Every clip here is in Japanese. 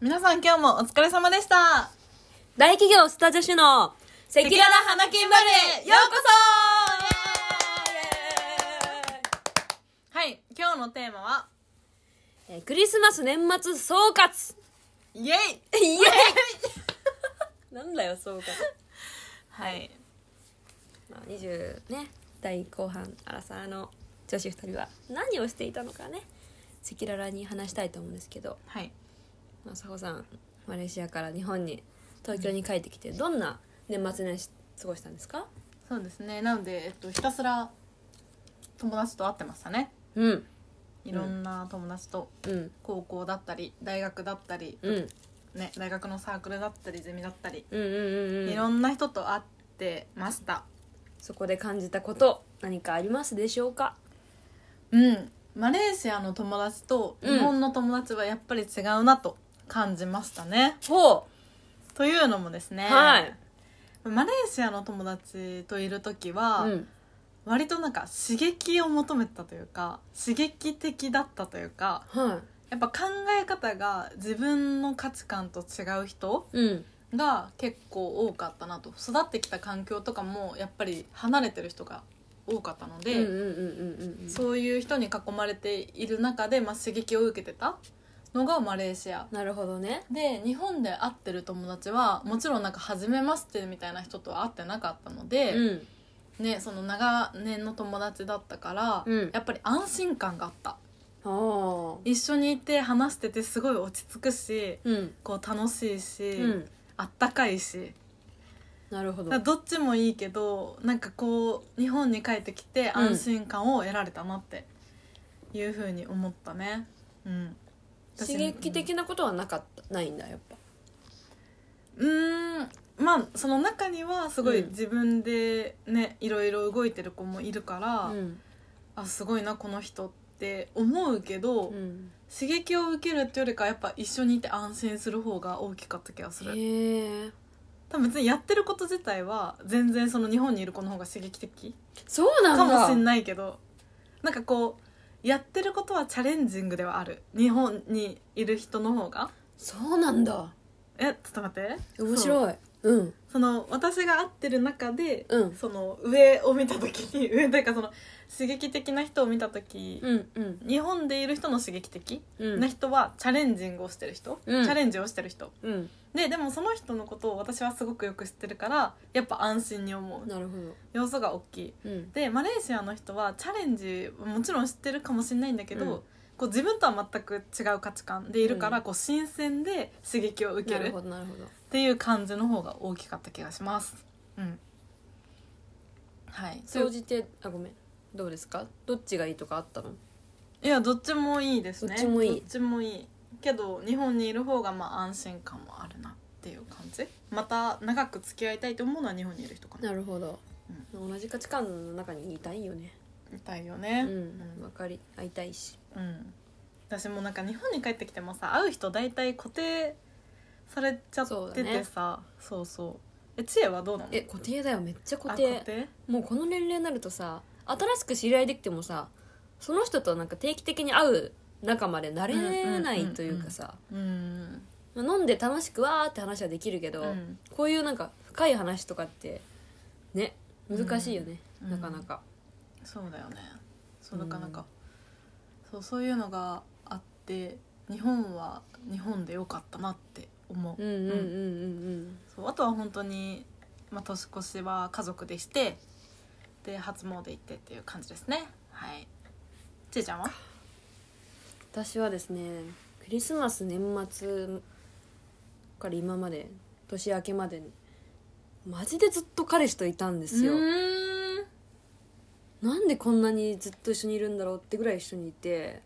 皆さん今日もお疲れ様でした。大企業スタジオ主の赤赤裸々花金バレー、ようこそはい、今日のテーマは、そえークリスマス年末総括イエイイエイ なんだよ総括、はい。まあ、20ね第後半アラサーの女子2人は何をしていたのかね赤裸々に話したいと思うんですけど、はい。まあ、佐保さんマレーシアから日本に東京に帰ってきてどんな年末年始過ごしたんですかそうですね。なので、えっと、ひたすら友達と会ってましたね。うんいろんな友達と、うん高校だったり、大学だったり、うんうんね、大学のサークルだったり、ゼミだったり、うんうんいうんろんな人と会ってました。そこで感じたこと何かありますでしょうかうん。マレーシアの友達と日本の友達はやっぱり違うなと感じましたね。ほというのもですね、うはい、マレーシアの友達といる時は、うん、割となんか刺激を求めてたというか刺激的だったというかはやっぱ考え方が自分の価値観と違う人いうんが結構多かったなと育ってきた環境とかもやっぱり離れてる人が多かったので、うんうんうんうんうんそういう人に囲まれている中で、まあ、刺激を受けてたのがマレーシアなるほどねで日本で会ってる友達はもちろんなんか初めましてみたいな人とは会ってなかったので、うんね、その長年の友達だったから、うんやっぱり安心感があったああ一緒にいて話しててすごい落ち着くしうんこう楽しいし、うんあったかいしなるほどだからどっちもいいけどなんかこう日本に帰ってきてうん安心感を得られたなっていうふうに思ったね、うん、私刺激的なことはなかったないんだやっぱうーんまあその中にはすごいうん自分でね、いろいろ動いてる子もいるから、うんあすごいなこの人って思うけど、うん刺激を受けるっていうよりかはやっぱ一緒にいて安心する方が大きかった気がするへえ多分別にやってること自体は全然その日本にいる子の方が刺激的そうなかんだもしんないけどなんかこうやってることはチャレンジングではある日本にいる人の方がそうなんだえちょっと待って面そう白いうんその私が会ってる中で、うんその上を見た時に 上というかその刺激的な人を見た時、うんうん日本でいる人の刺激的うんな人はチャレンジングをしてる人、うんチャレンジをしてる人うんででもその人のことを私はすごくよく知ってるからやっぱ安心に思うなるほど要素が大きいうんでマレーシアの人はチャレンジもちろん知ってるかもしれないんだけど、うんこう自分とは全く違う価値観でいるから、うんこう新鮮で刺激を受けなるるっほどなるほどていう感じの方が大きかった気がしますうんはい総じてあごめんどうですかどっちがいいとかあったのいやどっちもいいですねどっちもいいどっちもいいけど日本にいる方がまあ安心感もあるなっていう感じまた長く付き合いたいと思うのは日本にいる人かななるほど同じ価値観の中にいたいよねみたいようねんわかり合いたいしうん、うん私もなんか日本に帰ってきてもさ会う人大体固定されちゃっそうだててねさそう,、そうえ知恵はどうなのえ固定だよめっちゃ固あ定固定もうこの年齢になるとさ新しく知り合いできてもさその人となんか定期的に会う仲までなれないというかさうんまあ飲んで楽しくわーって話はできるけど、うんこういうなんか深い話とかってね難しいよね、うんなかなか、そうだよねそううんなかなか、そうそういうのがあって日本は日本でよかったなって思う,、うん、うんうんうんそうあとは本当にまあ、年越しは家族でしてで初詣行ってっていう感じですねはいちーちゃんは私はですねクリスマス年末から今まで年明けまでにマジでずっと彼氏といたんですよ、ーんなんでこんなにずっと一緒にいるんだろうってぐらい一緒にいて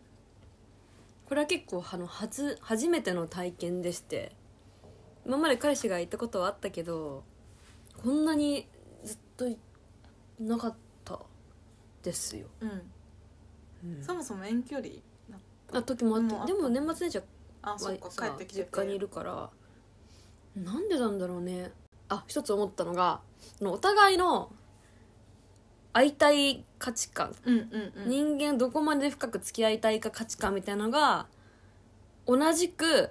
これは結構あの初初めての体験でして今まで彼氏がいたことはあったけどこんなにずっといなかったですよ、うんうんそもそも遠距離あ時もあっもうあってたでも年末年始はあそっかさ帰ってきてて実家にいるからなんでなんだろうねあ一つ思ったのがあのお互いの相対価値観うんうんうん人間どこまで深く付き合いたいか価値観みたいなのが同じく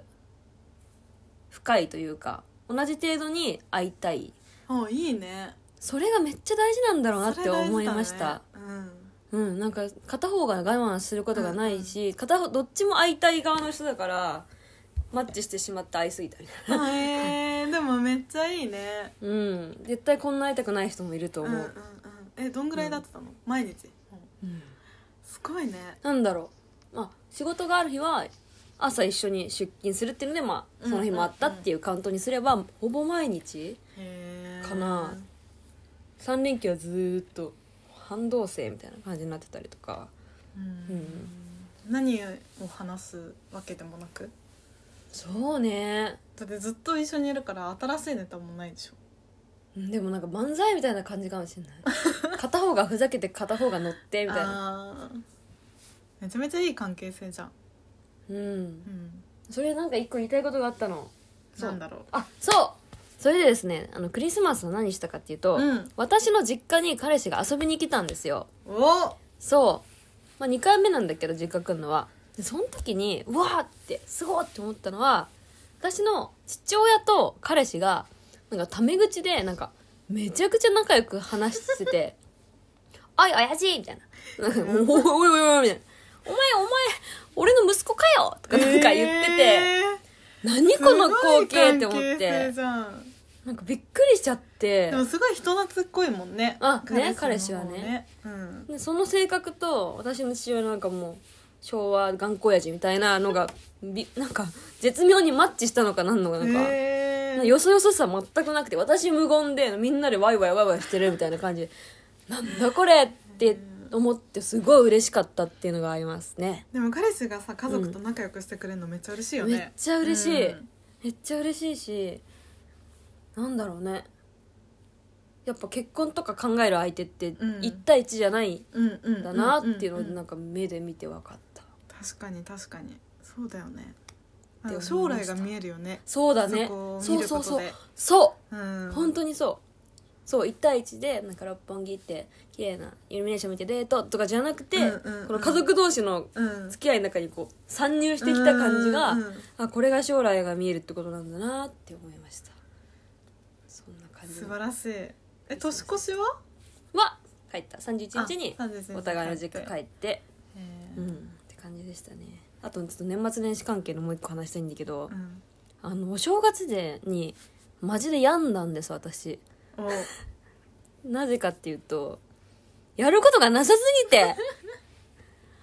深いというか同じ程度に会いたいあいいねそれがめっちゃ大事なんだろうなって思いました、それ大事だねうんなんか片方が我慢することがないし、片方どっちも会いたい側の人だからマッチしてしまって会いすぎたみたいうん、あえー、でもめっちゃいいねなうん絶対こんな会いたくない人もいるとうん思うんう、うんえどんぐらいだってたの、毎日、うんうんすごいねなんだろう、まあ、仕事がある日は朝一緒に出勤するっていうので、まあ、その日もあったっていうカウントにすれば、ほぼ毎日へーかな3連休はずーっと半同棲みたいな感じになってたりとかうん、うん何を話すわけでもなくそうねだってずっと一緒にいるから新しいネタもないでしょうんでもなんか漫才みたいな感じかもしれない 片方がふざけて片方が乗ってみたいなあーめちゃめちゃいい関係性じゃん、うんうん、それなんか一個言いたいことがあったのそうなんだろうあそうそれでですねあのクリスマスは何したかっていうと、うん私の実家に彼氏が遊びに来たんですよおそう、まあ、2回目なんだけど実家来るのはでその時にうわーってすごいって思ったのは私の父親と彼氏がなんかタメ口でなんかめちゃくちゃ仲良く話してて 「おい怪しい!」みたいな「なんかおいおいおいおい」みたいな「お前お前俺の息子かよ!」とかなんか言ってて、えー何この光景って思すっごい関係性てじゃんなんかびっくりしちゃってでもすごい人懐っこいもんねあねの方彼氏はねうんでその性格と私の父親なんかもう昭和頑固親父みたいなのがびなんか絶妙にマッチしたのかなんのかなんか、へよそよそしさ全くなくて私無言でみんなでワイワイワイワイしてるみたいな感じでなんだこれって思ってすごい嬉しかったっていうのがありますねでも彼氏がさ家族と仲良くしてくれるのめっちゃ嬉しいよね、めっちゃ嬉しい、うんめっちゃ嬉しいしなんだろうねやっぱ結婚とか考える相手ってうん1対1じゃないうんうんんだなっていうのをんんなんか目で見て分かった確かに確かにそうだよねて思いました将来が見えるよねそうだそねこを見そうるそこうとそうでそううん本当にそうそう1対1でなんか六本木行って綺麗なイルミネーション見てデートとかじゃなくて、うんうんうんこの家族同士のうん付き合いの中にこう参入してきた感じが、うんうんあこれが将来が見えるってことなんだなって思いましたそんな感じ素晴らしいえ年越しはは帰った31日にあ31日お互いの実家帰ってへうんっーて感じでしたねあとちょっと年末年始関係のもう一個話したいんだけど、うんあのお正月でにマジで病んだんです私おなぜかっていうとやることがなさすぎて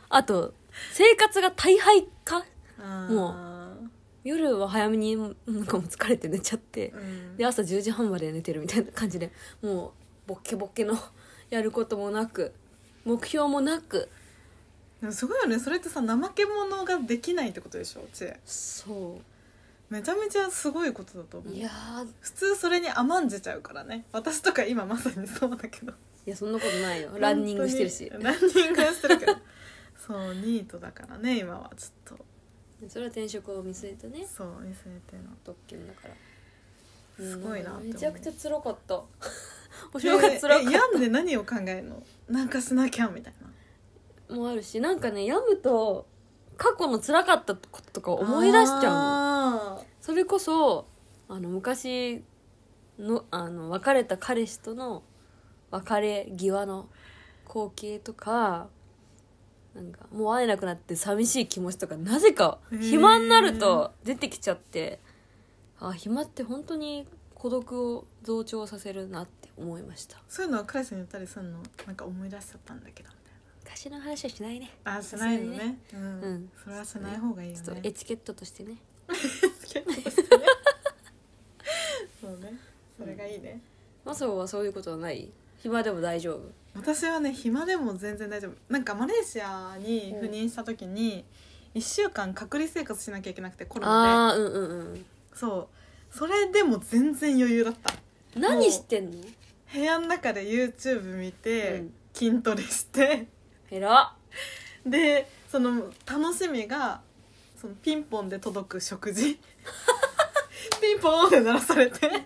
あと生活が大敗か も夜は早めになんかもう疲れて寝ちゃってうんで朝10時半まで寝てるみたいな感じでもうボッケボッケのやることもなく目標もなくでもすごいよねそれってさ怠け者ができないってことでしょ知恵そめちゃめちゃすごいことだと思うういやー普通それに甘んじちゃうからね私とか今まさにそうだけどいやそんなことないよ ランニングしてるし本当にランニングはしてるけ どそうニートだからね今はちょっとそれは転職を見据えたねそう見据えての特権だからすごいなって思うめちゃくちゃつろ かったおお正月つらかった病んで何を考えるのなんかしなきゃみたいなもあるしなんかね病むと過去の辛かったこととか思い出しちゃうのゃうそれこそあの昔のあの別れた彼氏との別れ際の光景とかなんかもう会えなくなって寂しい気持ちとかなぜかへー暇になると出てきちゃってあ暇って本当に孤独を増長させるなって思いましたそういうのは彼氏に言ったりするのなんか思い出しちゃったんだけどみたい昔の話はしないねなあしないのねうん、うんそれはしない方がいいよちょっねとエチケットとしてね結構してねそうねそれがいいね、マソはそういうことはない暇でも大丈夫私はね暇でも全然大丈夫なんかマレーシアに赴任した時に1週間隔離生活しなきゃいけなくてコロナあーうんうんでそうそれでも全然余裕だったうん何してんの部屋の中で YouTube 見うてん筋トレしてえらでその楽しみがそのピンポンで届く食 事ピンポンって鳴らされてキャーっ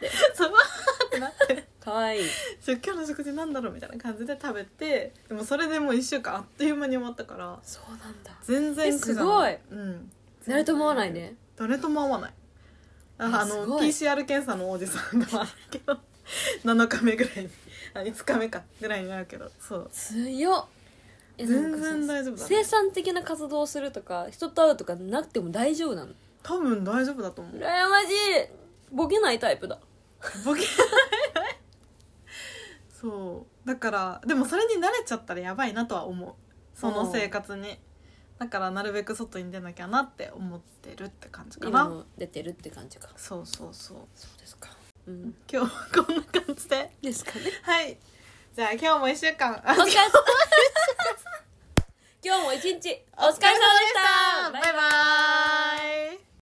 てそうわーってなってかわいいそう今日の食事なんだろうみたいな感じで食べてでもそれでもう1週間あっという間に終わったからそうなんだ全然えすごいうん誰とも会わないね誰とも会わないああすのごい PCR 検査の王子さんがけど7日目 ぐらいにあ5日目かぐらいになるけどそう強っえなんかさ全然大丈夫だね生産的な活動をするとか人と会うとかなくても大丈夫なの多分大丈夫だと思う羨ましいボケないタイプだボケそうだからでもそれに慣れちゃったらやばいなとは思うその生活にだからなるべく外に出なきゃなって思ってるって感じか今なも出てるって感じかそうそうそうそうですかうん今日はこんな感じでですかねはいじゃあ今日も一週間あお疲れ様でした今日も一日お疲れ様でしたバイバーイ